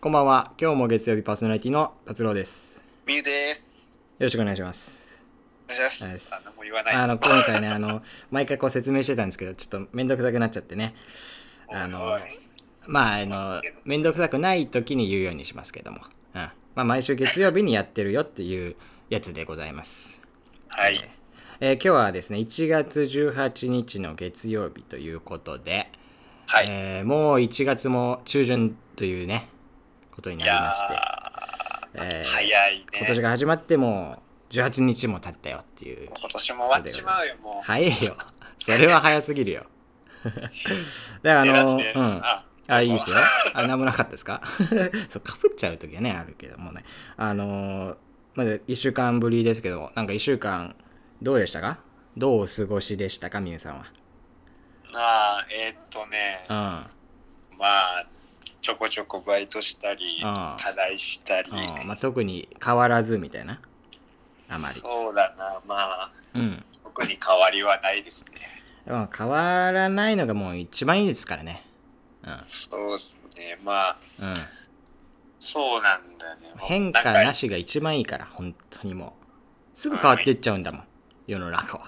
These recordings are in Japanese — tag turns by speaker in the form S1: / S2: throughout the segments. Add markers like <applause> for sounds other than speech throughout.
S1: こんばんは。今日も月曜日パーソナリティの達郎です。
S2: みゆです。
S1: よろしくお願いします。
S2: お願いし
S1: お願
S2: ま
S1: いし
S2: す。
S1: ます
S2: あ、何も言わない。
S1: あの、今
S2: <laughs>
S1: 回ね、あの、毎回こう説明してたんですけど、ちょっとめんどくさくなっちゃってね。あ
S2: お
S1: の
S2: い、
S1: まあ、あの、めんどくさくない時に言うようにしますけども。うん。まあ、毎週月曜日にやってるよっていうやつでございます。
S2: はい。
S1: えー今日はですね、1月18日の月曜日ということで、
S2: はい。
S1: えーもう1月も中旬というね、ことに
S2: い
S1: なりま
S2: や
S1: して、
S2: ー、
S1: えー
S2: 早いね。
S1: 今年が始まってもう18日も経ったよっていう。
S2: 今年も終わっちまうよ、もう。
S1: 早いよ。それは早すぎるよ。 <laughs> だからあの、
S2: え
S1: う
S2: だって
S1: ん。あ、いいですよ
S2: そう。
S1: あ、なんもなかったですか <laughs> そう、かぶっちゃう時はね、あるけどもね。あのーまだ1週間ぶりですけど、なんか1週間、どうでしたかどうお過ごしでしたか、みゆさん
S2: あー、えーっとね、
S1: は。
S2: まあ、ちょこちょこバイトしたり、
S1: あー
S2: 課題したり
S1: うん。う、ん。まあ、特に変わらずみたいな。あまり。
S2: そうだな、まあ、
S1: うん。
S2: 特に変わりはないですね。
S1: まあ、変わらないのがもう一番いいですからね。うん。うん。
S2: そうですね、まあ、そうなんだよね。
S1: 変化
S2: なん
S1: な
S2: か
S1: しが一番いいから、本当にもう。すぐ変わっていっちゃうんだもん。世の中は。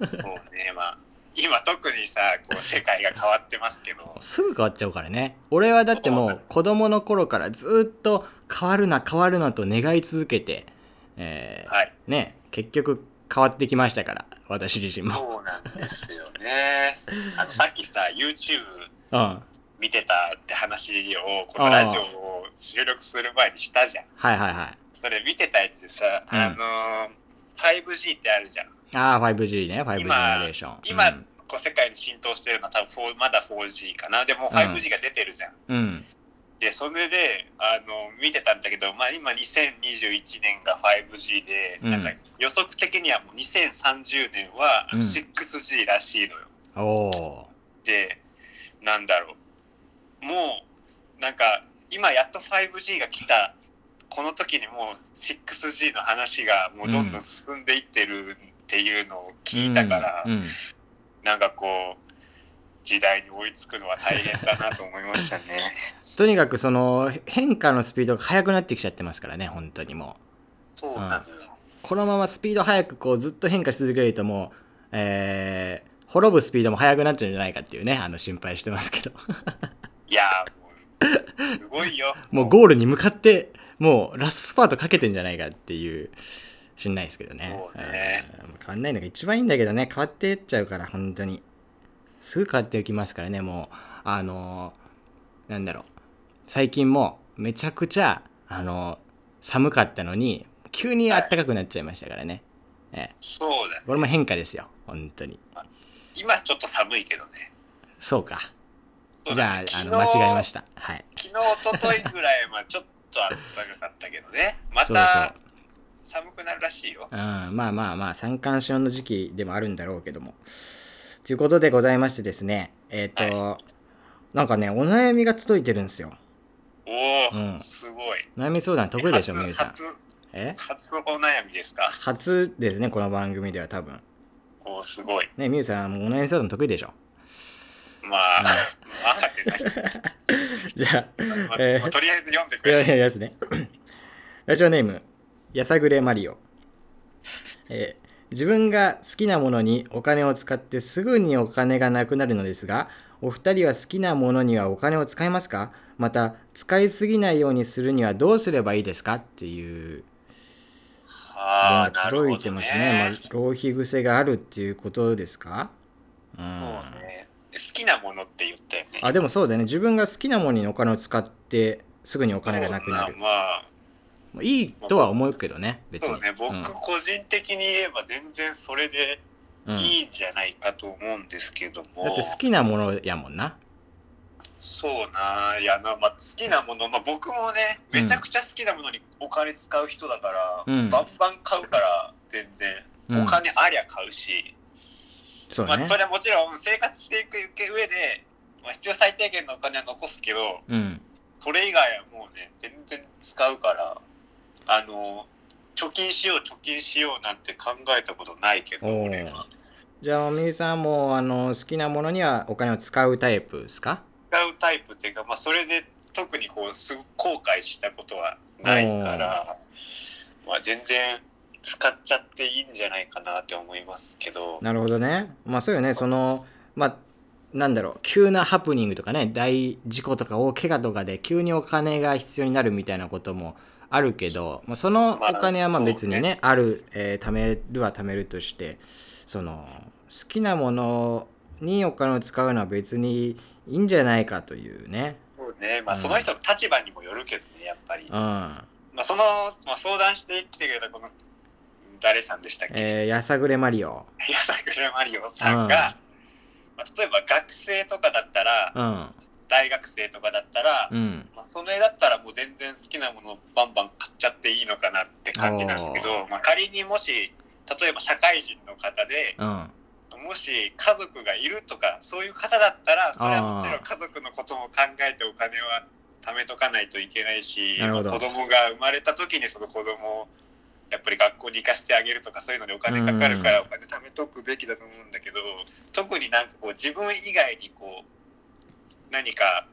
S2: そうね、まあ、今特にさ、こう、世界が変わってますけ
S1: <laughs>
S2: ど、
S1: すぐ変わっちゃうからね俺はだってもう子供の頃からずっと変わるな変わるなと願い続けて、えー
S2: はい。
S1: ね結局変わってきましたから私自身も、
S2: そうなんですよね。あのさっきさ YouTube
S1: うん、はい
S2: 見てたって話をこのラジオを収録する前にしたじゃん。
S1: はいはい
S2: それ見てたやつでさ、
S1: うん
S2: あのー 5G ってあるじゃん。
S1: ああ 5G ね 5G ジ
S2: 今
S1: ェネレーション
S2: 今、こう世界に浸透してるのは多分4まだ 4G かな。でも 5G が出てるじゃん。
S1: うん、うん
S2: でそれであの見てたんだけど、まあ、今2021年が 5G で、
S1: うん
S2: なんか予測的にはもう2030年は
S1: うん
S2: 6G らしいのよ。
S1: おお
S2: でなんだろうもうなんか今やっと 5G が来たこの時にもう 6G の話がもうどんどん進んでいってるっていうのを聞いたから、
S1: うんうん
S2: なんかこう時代に追いつくのは大変だなと思いましたね。
S1: とにかくその変化のスピードが速くなってきちゃってますからね本当にもう
S2: <laughs> そうなのよ。
S1: このままスピード速くこうずっと変化し続けるともう、えー滅ぶスピードも速くなっちゃうんじゃないかっていうねあの心配してます
S2: <laughs>
S1: けど
S2: いやーもうすごいよ
S1: <laughs> もうゴールに向かってもうラストスパートかけてんじゃないかっていうしんないですけどね
S2: そうね
S1: うん変わんないのが一番いいんだけどね変わっていっちゃうから本当にすぐ変わっていきますからねもうあのーなんだろう最近もめちゃくちゃあのー寒かったのに急に暖かくなっちゃいましたからね、ええ
S2: そうだね
S1: これも変化ですよ本当に
S2: 今ちょっと寒いけどね。
S1: そうか
S2: そう
S1: じ
S2: だ
S1: ゃあ
S2: ね
S1: あの
S2: 昨日
S1: 間違えましたはい
S2: 昨日一昨日ぐらいまでちょっと暖かかったけどね
S1: <laughs>
S2: ま
S1: そうそう
S2: た寒くなるらしいよ
S1: うんまあまあまあ三寒四温の時期でもあるんだろうけどもということでございましてですねえっ、と、なんかねお悩みが届いてるんですよ
S2: おお、
S1: うん
S2: すごい
S1: 悩み相談得意でしょ
S2: 初
S1: みゆさん
S2: 初
S1: え
S2: 初お悩みですか
S1: 初ですねこの番組では多分
S2: おおすごい
S1: ねみゆさんもお悩み相談得意でしょ
S2: まあ分かってない
S1: じゃあ
S2: ま
S1: えー
S2: まとりあえず読んでく
S1: いや
S2: れ
S1: いややつねラジオネームやさぐれマリオ、えー自分が好きなものにお金を使ってすぐにお金がなくなるのですがお二人は好きなものにはお金を使いますかまた使いすぎないようにするにはどうすればいいですかっていう
S2: ああなる
S1: 届
S2: ほ
S1: いて
S2: ど
S1: ま
S2: ね
S1: すねまあ、浪費癖があるっていうことですかうん
S2: そうね好きなものって言ったよね
S1: あでもそうだよね自分が好きなものにお金を使ってすぐにお金がなくなる
S2: そうまあ
S1: まあいいとは思うけどね別に
S2: そうね僕個人的に言えば全然それで
S1: うん
S2: いいんじゃないかと思うんですけども、
S1: だって好きなものやもんな。
S2: そうな、いやな、まあ、好きなもの、まあ、僕もね、
S1: うん
S2: めちゃくちゃ好きなものにお金使う人だから、
S1: うん
S2: バンバン買うから、全然、
S1: うん
S2: お金ありゃ買うし、
S1: そう
S2: ま
S1: だ
S2: あ、
S1: ね
S2: そ。れはもちろん生活していく上で、まあ、必要最低限のお金は残すけど、
S1: うん。
S2: それ以外はもうね、全然使うから、あの、貯金しよう、貯金しようなんて考えたことないけど、
S1: おー
S2: 俺は。
S1: じゃあ、みゆさんも、あの、好きなものにはお金を使うタイプですか
S2: 使うタイプっていうか、まあ、それで特にこうすごく後悔したことはないから、まあ、全然使っちゃっていいんじゃないかなって思いますけど、
S1: なるほどね。まあそうよね、その、まあ、なんだろう、急なハプニングとかね、大事故とか大怪我とかで急にお金が必要になるみたいなこともあるけど、まあ、そのお金はまあ
S2: まあ
S1: 別にね、
S2: そう
S1: ある、えー貯めるは貯めるとして、その、好きなものにお金を使うのは別にいいんじゃないかというね。
S2: そうねまあ、
S1: うん
S2: その人の立場にもよるけどねやっぱり、
S1: うん。
S2: まあ、その、まあ、相談してきてくれたこの誰さんでしたっけ、
S1: えーやさぐれマリオ。
S2: 矢桜マリオさんが、まあ、例えば学生とかだったら、
S1: うん。
S2: 大学生とかだったら、
S1: うん。
S2: まあ、それだったらもう全然好きなものバンバン買っちゃっていいのかなって感じなんですけど、まあ、仮にもし例えば社会人の方で
S1: うん。
S2: もし家族がいるとかそういう方だったらそれはもちろん家族のことも考えてお金は貯めとかないといけないし
S1: なるほど
S2: 子供が生まれた時にその子供をやっぱり学校に行かせてあげるとかそういうのにお金かかるからお金貯めとくべきだと思うんだけど特になんかこう自分以外にこう何か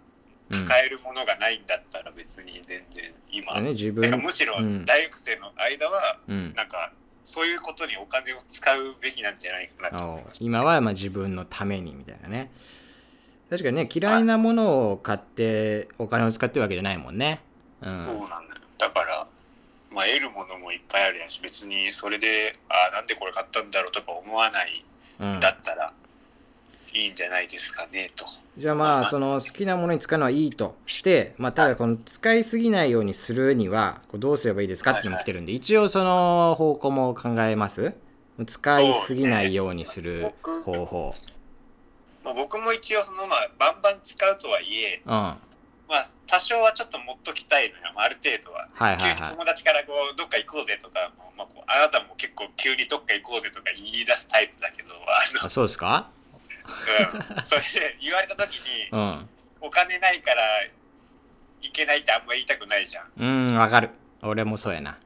S1: うん
S2: 抱えるものがないんだったら別に全然今、
S1: だね、自
S2: なんか
S1: 分。
S2: むしろ
S1: うん
S2: 大学生の間は
S1: うん。
S2: なんかそういうことにお金を使うべきなんじゃないかなと思います。
S1: 今はまあ自分のためにみたいなね確かにね嫌いなものを買ってお金を使ってるわけじゃないもんねうん
S2: そうなんだよだから、まあ、得るものもいっぱいあるやし別にそれであーなんでこれ買ったんだろうとか思わない
S1: うん
S2: んだったらいいんじゃないですかねと。
S1: じゃあまあその好きなものに使うのはいいとして、まあ、ただこの使いすぎないようにするにはこうどうすればいいですかっていうのが来てるんで一応その方向も考えます使いすぎないようにする方法
S2: まあ、僕も一応その、まあ、バンバン使うとはいえ、
S1: うんは
S2: まあ、多少はちょっと持っときたいのよ、まあ、ある程度は。
S1: いはい
S2: 急に
S1: はい
S2: 友達からこうどっか行こうぜとか、まあ、こうあなたも結構急にどっか行こうぜとか言い出すタイプだけど <laughs> あ
S1: あそうですか
S2: の、うん、それで言われた時に
S1: うん
S2: お金ないから行けないってあんま言いたくないじゃん
S1: うんわかる俺もそうやな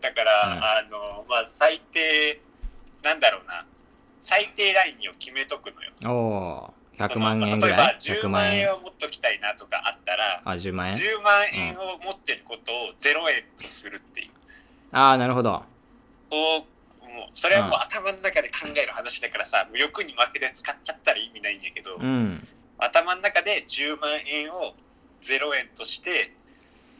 S2: だから、
S1: うん
S2: あのまあ最低なんだろうな最低ラインを決めとくのよ
S1: おお100万円ぐ
S2: ま
S1: ら
S2: あ
S1: い
S2: 例え
S1: 100
S2: ば10
S1: 万
S2: 万
S1: 円
S2: 円を持っときたいなとかあったら
S1: あ10万円
S2: 10万円を持ってることを0円とするっていう
S1: ああなるほど
S2: そうもうそれはもう頭の中で考える話だからさ、もう欲に負けて使っちゃったら意味ないんやけど、
S1: うん
S2: 頭の中で10万円を0円として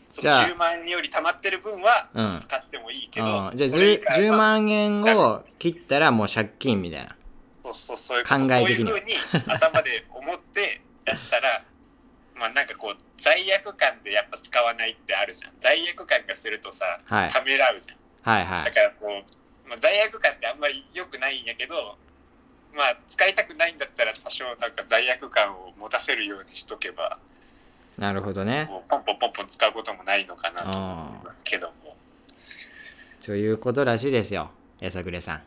S2: その
S1: じゃあ
S2: 10万円より貯まってる分は
S1: うんうん
S2: 使ってもいいけ
S1: じ
S2: ど、
S1: ゃあ
S2: それ以
S1: 10
S2: 外は
S1: 10万円を切ったらもう借金みたいな
S2: そうそうそういうこと
S1: 考え的には
S2: そういうふうに頭で思ってやったら <laughs> まあなんかこう罪悪感でやっぱ使わないってあるじゃん罪悪感がするとさ
S1: はい
S2: ためらうじゃん
S1: はいは
S2: だ
S1: い
S2: からこう、まあ、罪悪感ってあんまり良くないんやけど、まあ、使いたくないんだったら多少なんか罪悪感を持たせるようにしとけば、
S1: なるほどね
S2: もうポンポンポンポン使うこともないのかなと思いますけども、
S1: ということらしいですよやさぐれさん、
S2: は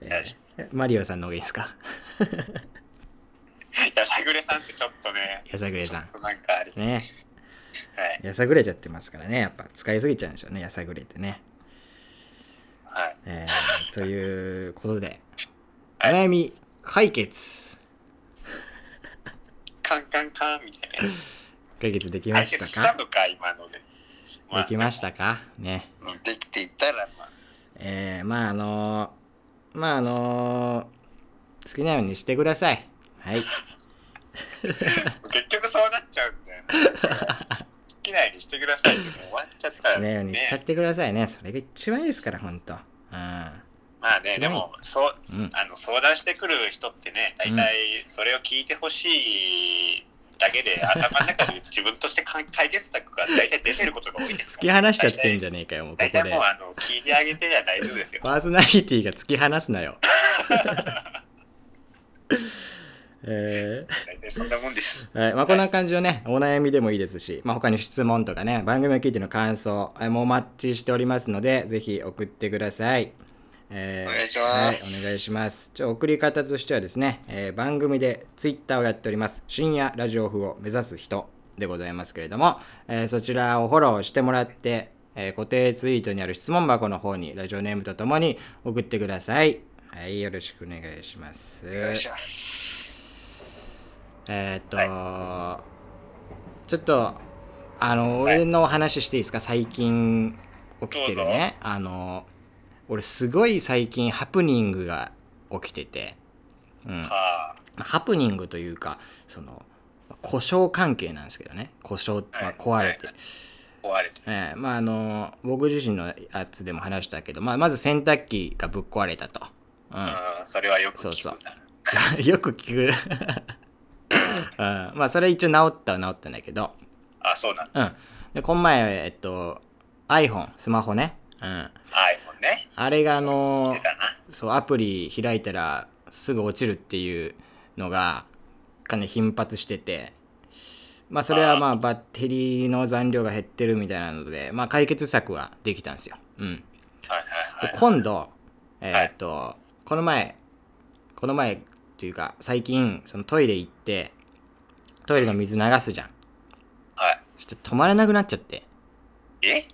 S2: い。いや
S1: えーマリオさんの方がいいです
S2: <laughs>
S1: か
S2: いや、さぐれさんってちょっとね、
S1: やさぐれ
S2: ちょ
S1: さ
S2: っとなんかあれ、
S1: んね
S2: はい。
S1: やさぐれちゃってますからねやっぱ使いすぎちゃうんでしょうねやさぐれってね、
S2: はい。
S1: えーということでお
S2: はい
S1: 悩み解決
S2: カンカンカンみたいな。
S1: 解決できま
S2: 解
S1: し
S2: 決したた
S1: か
S2: のか、今ので。。
S1: できましたたかね
S2: うんできていたら、まあ、
S1: えー、まああのーまああのー好きなようにしてください。はい。
S2: 結局そうなっちゃうんだよね。好きなようにしてくださいってもう終わっちゃった
S1: 好
S2: ら、
S1: <laughs> きなようにしちゃってくださいね。それが一番いいですから、ほんと。う
S2: まあ
S1: すご
S2: ね、
S1: い
S2: でもそう、
S1: うん
S2: あの相談してくる人ってね、大体それを聞いてほしいだけで、頭の中で自分として解解決策が大体出てることが多いです
S1: 突
S2: か
S1: き
S2: ら。
S1: 放しちゃってんじゃねえかよ、もうここ
S2: 大
S1: で
S2: 体。もうあの聞いてあげてりゃ大丈夫ですよ。
S1: パーソナリティが突き放すなよ。 <laughs> え
S2: 大体そんなもんです。
S1: ーはいまあ、こんな感じのね、お悩みでもいいですし、まあ、他に質問とかね、番組を聞いての感想、えーもうお待ちしておりますので、ぜひ送ってください。えー
S2: お願いします
S1: はい、お願いします。ちょ送り方としてはですね、えー番組でツイッターをやっております、深夜ラジオ風を目指す人でございますけれども、えーそちらをフォローしてもらって、えー固定ツイートにある質問箱の方にラジオネームとともに送ってください。はい、よろしくお願いします。
S2: お願いします。
S1: えーっと、ちちょっとあの
S2: はい
S1: 俺の話していいですか最近起きてるねあの俺すごい最近ハプニングが起きてて、うん、
S2: はあ
S1: ハプニングというかその故障関係なんですけどね故障、まあ、壊れて、
S2: 壊れて
S1: ええまああの僕自身のやつでも話したけど、まあ、まず洗濯機がぶっ壊れたと、 <laughs> うん
S2: うんそれはよく聞くんだ
S1: よく聞く、 <laughs> うん、まあそれ一応治ったは治ったんだけど、
S2: あそうなんだ
S1: うん。で、この前、えっと、iPhone、スマホね。うん。
S2: iPhone ね
S1: あれが、あの
S2: 出、たな
S1: そう、アプリ開いたらすぐ落ちるっていうのが、かなり頻発してて、まあ、それはまあ、バッテリーの残量が減ってるみたいなので、まあ、解決策はできたんですよ。うん。
S2: はいはい
S1: で
S2: はい
S1: 今度、えーっと、この前、この前っていうか、最近、そのトイレ行って、トイレの水流すじゃん。
S2: は
S1: そして止まらなくなっちゃって。
S2: いえ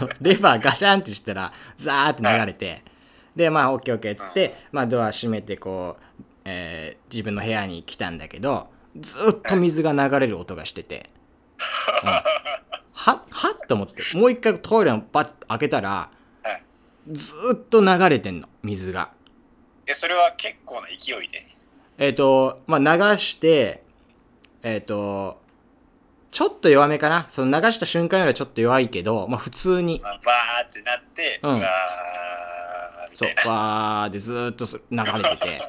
S1: あの <laughs> レバーガチャンってしたらザーって流れてでまあオッケーオッケーっつって、まあ、ドア閉めてこう、えー自分の部屋に来たんだけどずーっと水が流れる音がしてて、うんははっと思ってもう一回トイレのバッと開けたら
S2: はい
S1: ずーっと流れてんの水が
S2: えそれは結構な勢いで
S1: えっ、とまあ流してえっ、とちょっと弱めかなその流した瞬間よりはちょっと弱いけど、まあ、普通に
S2: まあバーってなって
S1: うん
S2: わーみ
S1: そ
S2: た
S1: う
S2: いな
S1: わーでずーっとそ流れてて <laughs>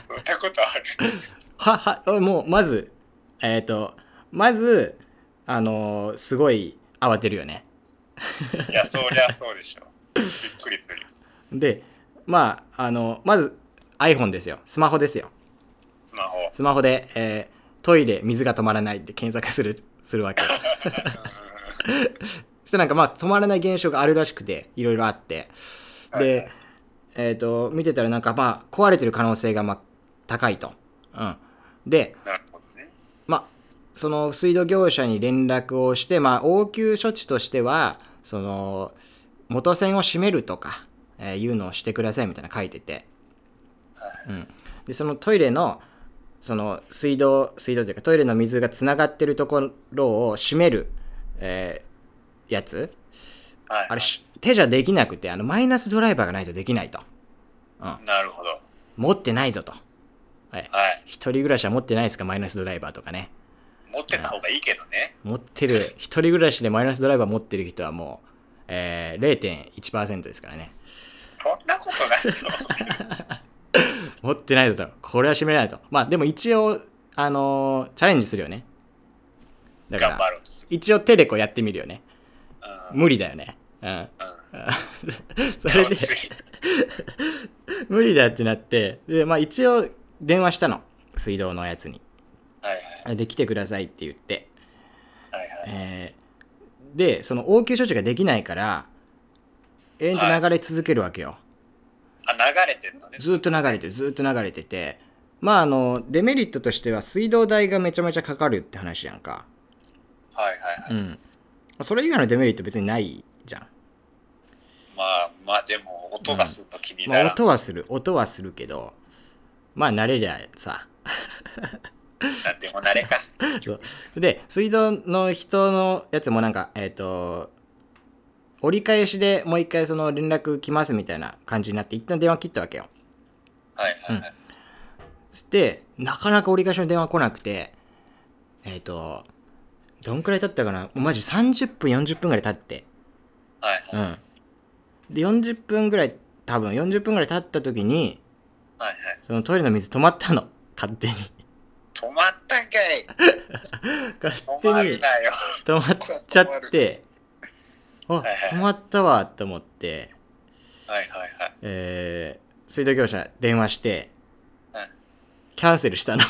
S2: <laughs> そんなことある
S1: はは俺もうまずえっ、とまずあのーすごい慌てるよね
S2: いやそりゃそうでしょびっくりするよ
S1: でまああのまず iPhone ですよスマホですよ
S2: スマホ
S1: スマホで、えートイレ水が止まらないって検索するするわ
S2: <laughs>
S1: け
S2: うん
S1: そしてなんかまあ止まらない現象があるらしくていろいろあって
S2: はい
S1: で、えっ、と見てたらなんかまあ壊れてる可能性がまあ高いと、うん、で
S2: なるほどね
S1: まあ、その水道業者に連絡をして、まあ、応急処置としてはその元栓を閉めるとか、えーいうのをしてくださいみたいなの書いてて、うん、でそのトイレのその水道水道というかトイレの水がつながってるところを閉める、えーやつ
S2: はい
S1: あれし手じゃできなくてあのマイナスドライバーがないとできないと、うん、
S2: なるほど
S1: 持ってないぞと、はい、
S2: はい
S1: 一人暮らしは持ってないですかマイナスドライバーとかね
S2: 持ってた方がいいけどね
S1: 持ってる一人暮らしでマイナスドライバー持ってる人はもう、えー、0.1%ですからね
S2: そんなことないと思う
S1: <laughs>
S2: けど
S1: 持ってないぞとこれは閉めないとまあでも一応あのーチャレンジするよねだか
S2: 頑張
S1: ら
S2: ろうとする
S1: 一応手でこうやってみるよね
S2: うん
S1: 無理だよねうん
S2: うん
S1: <laughs> それで
S2: そうする
S1: 無理だってなってでまあ一応電話したの水道のやつに
S2: はいはい
S1: で来てくださいって言って
S2: はいはい
S1: えーでその応急処置ができないから延々と流れ続けるわけよ、
S2: あ流れてんのね
S1: ずっと流れてずっと流れててまああのデメリットとしては水道代がめちゃめちゃかかるって話やんか
S2: はいはいはい
S1: うんそれ以外のデメリット別にないじゃん、
S2: まあまあでも音がするの気に
S1: ま
S2: な
S1: あ、
S2: らん
S1: 音はする音はするけどまあ慣れりゃさ
S2: なんでも慣れか
S1: で水道の人のやつもなんかえっ、と折り返しでもう一回その連絡来ますみたいな感じになって一旦電話切ったわけよ
S2: はいはいはい
S1: してなかなか折り返しの電話来なくてえっ、とどんくらい経ったかなもうマジ30分40分ぐらい経って
S2: はいは
S1: う
S2: い
S1: んで40分ぐらい多分40分ぐらい経った時に
S2: はいはい
S1: そのトイレの水止まったの勝手に
S2: 止まったんかい
S1: 勝
S2: 止
S1: 手
S2: ま
S1: に
S2: るなよ
S1: 止まっちゃってあ
S2: はいはい
S1: 止まったわと思って、
S2: はいはいはい
S1: えー水道業者電話して
S2: うん
S1: キャンセルしたの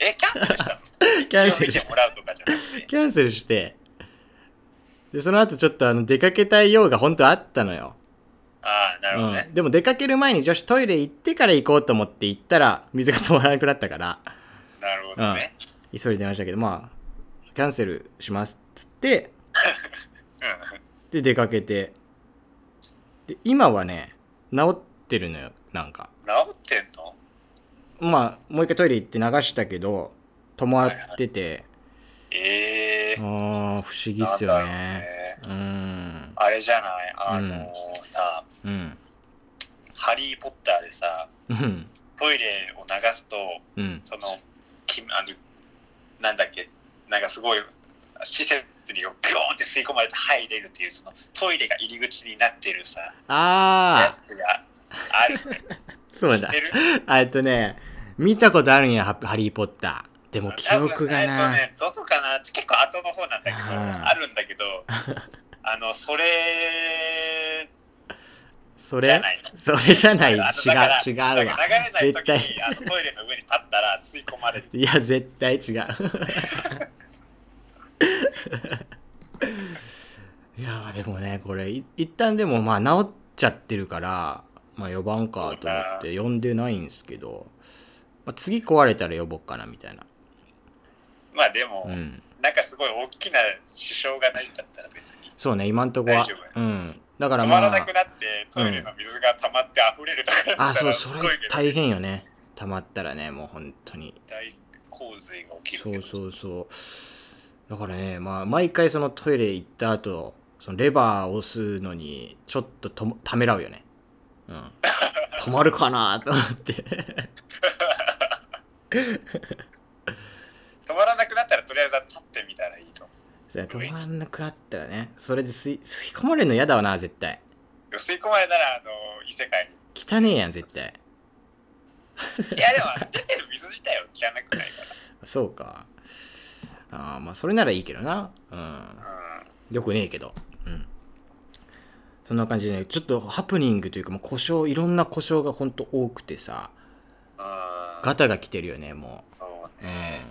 S2: えキャンセルしたの
S1: <laughs> キャンセル
S2: 一応見てもらうとかじゃなくて
S1: キャンセルしてでその後ちょっとあの出かけたい用が本当はあったのよ、
S2: ああなるほどね
S1: うん、でも出かける前に女子トイレ行ってから行こうと思って行ったら水が止まらなくなったから
S2: なるほどね
S1: 急いで電話したけどまあキャンセルしますっつって
S2: うん
S1: で出かけてで今はね治ってるのよなんか
S2: 治ってんの
S1: まあもう一回トイレ行って流したけど泊まってて、
S2: ええ
S1: あ
S2: ー。
S1: あー不思議っすよ
S2: なんだろう
S1: ね。
S2: ね
S1: うん。
S2: あれじゃないあのさ、
S1: うん。
S2: ハリー・ポッターでさ、
S1: うん。
S2: トイレを流すと、
S1: うん。
S2: その、きあの、なんだっけ、なんかすごい、施設にグーンって吸い込まれて入れるっていう、そのトイレが入り口になってるさ、や
S1: ああ
S2: つがある。
S1: そう
S2: 知っ
S1: だ
S2: て。る
S1: えっとね、見たことあるんや、ハハリー・ポッター。でも記憶が
S2: 多分
S1: な
S2: え。っとね、どこかな結構後の方なんだけど、
S1: あー
S2: あるんだ
S1: <laughs>
S2: けど、あの、それ
S1: そ
S2: じゃ
S1: れ
S2: ない
S1: それじゃない。違う
S2: あのだから、
S1: 違う
S2: なん
S1: わ
S2: か。流れない
S1: 絶
S2: 時に
S1: 対。
S2: あのトイレの上に立ったら吸い込まれる。
S1: いや、絶対違う。 <laughs> いやー、でもね、これ、い一旦でも、まあ、治っちゃってるから、まあ、呼ばんかと思って、呼んでないんですけど、まあ、次壊れたら呼ぼっかな、みたいな。
S2: まあでも、
S1: うん。
S2: なんかすごい大きな支障がないんだったら別に。
S1: そうね、今んとこは
S2: 大丈。
S1: うん。だから
S2: 止
S1: ま
S2: まらな
S1: あ
S2: く、なってトイレの水が溜まって溢れるとかだったら
S1: あ、そう、それ
S2: すごいけど
S1: 大変よね。溜まったらね、もう本当に。
S2: 大洪水が起きる
S1: そう
S2: う
S1: そうそうだからねまあ毎回そのトイレ行った後そのレバーを押すのにちょっとともためらうよねうん
S2: <laughs>
S1: 止まるかなと思って
S2: 止まらなくなったらとりあえず立ってみたらいいと思
S1: それ止まらなくなったらねそれで吸い吸い込まれるの嫌だわな絶対
S2: う吸い込まれたらあの異世界に
S1: 汚ねえやん絶対
S2: いやでも出てる水自体は汚くないか
S1: そうかあーまあそれならいいけどなうん
S2: ら、
S1: よくねえけど。うん。そんな感じでね、ちょっとハプニングというか、もう故障、いろんな故障がほんと多くてさ、
S2: うんうん、
S1: ガタが来てるよね、も
S2: そ
S1: う。
S2: う
S1: う
S2: ね、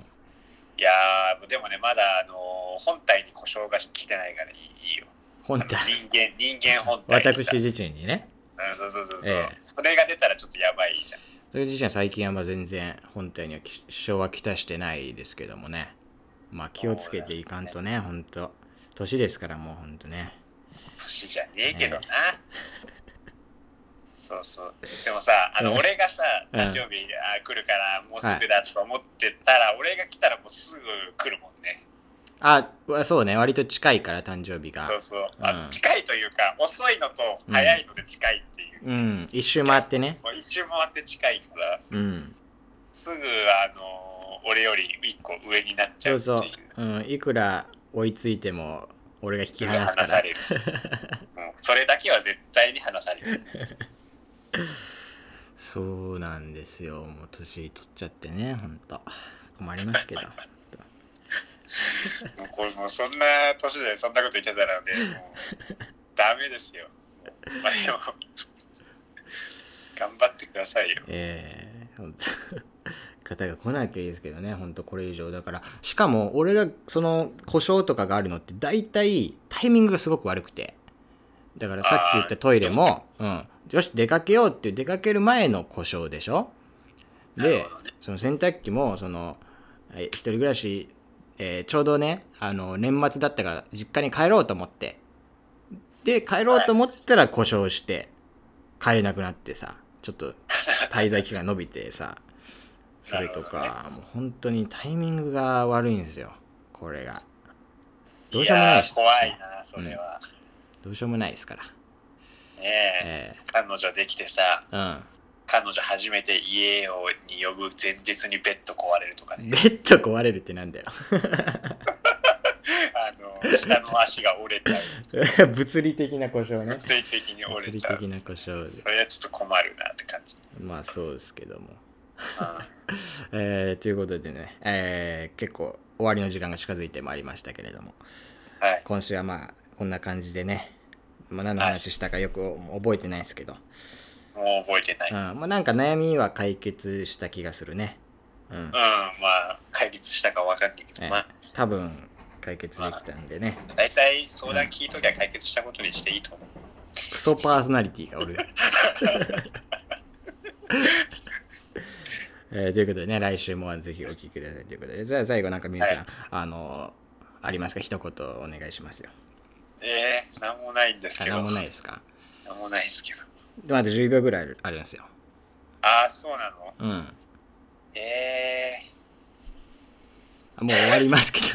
S1: ん。
S2: いやーでもねまだあの本体に故障が来てないからいいよ
S1: 本
S2: あの
S1: 体。
S2: 人間人間本体に
S1: 私
S2: さ
S1: 自身にね。
S2: うんそうそうそうそう、
S1: ええ
S2: それが出たらちょっとやばいじゃん
S1: 私自身は最近はまあ全然本体には支障はきたしてないですけどもね。まあ気をつけていかんとね、ほんと。年ですからもうほんとね。
S2: 年じゃねえけどな、
S1: ね
S2: そうそうでもさあの
S1: うん
S2: 俺がさ
S1: うん
S2: 誕生日あ来るからもうすぐだと思ってたら、俺が来たらもうすぐ来るもんね
S1: あ、わそうね、割と近いから誕生日が
S2: そう。そうあの、
S1: うん
S2: 近いというか遅いのと早いので近いっていう、
S1: うん、一周回ってね。
S2: もう一周回って近いから
S1: うん。
S2: すぐあの俺より一個上になっちゃ
S1: そうう
S2: ってい
S1: そうう、うん、いくら追いついても俺が引き
S2: すぐ
S1: 離すか
S2: 話
S1: ら
S2: されるうんそれだけは絶対に話される
S1: そうなんですよもう年取っちゃってねほんと困りますけ
S2: <laughs>
S1: ど
S2: もうこれもうそんな年でそんなこと言ってたらね、もうダメですよ。まあでも、頑張ってくださいよ。
S1: ええ本当方が来なきゃいいですけどねほんとこれ以上だからしかも俺がその故障とかがあるのって大体タイミングがすごく悪くてだからさっき言ったトイレも、うん、よし出かけようって出かける前の故障でしょ
S2: なる
S1: で
S2: ほどね
S1: その洗濯機もそのえー一人暮らし、えーちょうどねあの年末だったから実家に帰ろうと思ってで帰ろうと思ったら故障して帰れなくなってさちょっと滞在期間伸びてさそれと
S2: なる
S1: か、もう本当にタイミングが悪いんですよこれがどうしようもないし
S2: やー怖いな、それは。
S1: どうしようもないですから
S2: ねえ、
S1: え
S2: 彼女できてさ、
S1: えうん
S2: 彼女初めて家をに呼ぶ前日にベッド壊れるとかね、
S1: ベッド壊れるってなんだよ <laughs>
S2: あの下の足が折れちゃう、
S1: <laughs> 物理的な故障ね
S2: 物理的に折
S1: 物
S2: れ
S1: 理
S2: ちゃ
S1: 的
S2: う。
S1: な故障
S2: それはちょっと困るなって感
S1: <laughs>
S2: じ。
S1: まあそうですけども
S2: う
S1: えーということでね、えー結構終わりの時間が近づいてまいりましたけれども
S2: んはい、
S1: 今週はまあこんな感じでね、まあ、何の話したかよく覚えてないですけど、
S2: もう覚えてない。
S1: うん
S2: うん、
S1: まあ、なんか悩みは解決した気がするね、うん
S2: まあ、解決したかわかんないけど、
S1: え
S2: ま
S1: ー
S2: あ。
S1: 多分解決できたんでね
S2: 大体相談聞いときゃ解決したことにしていいと思う。
S1: クソパーソナリティがおる <laughs> えーということでね来週もぜひお聞きくださいということでじゃあ最後なんか皆さん、
S2: はい
S1: あのありますか一言お願いしますよ
S2: えー、なんもないんです
S1: あ
S2: けど。
S1: なんもないですか
S2: なんもないですけど。
S1: でまだ10秒ぐらいあるあるんですよ。
S2: ああ、そうなの
S1: うん。
S2: え
S1: もう終わりますけど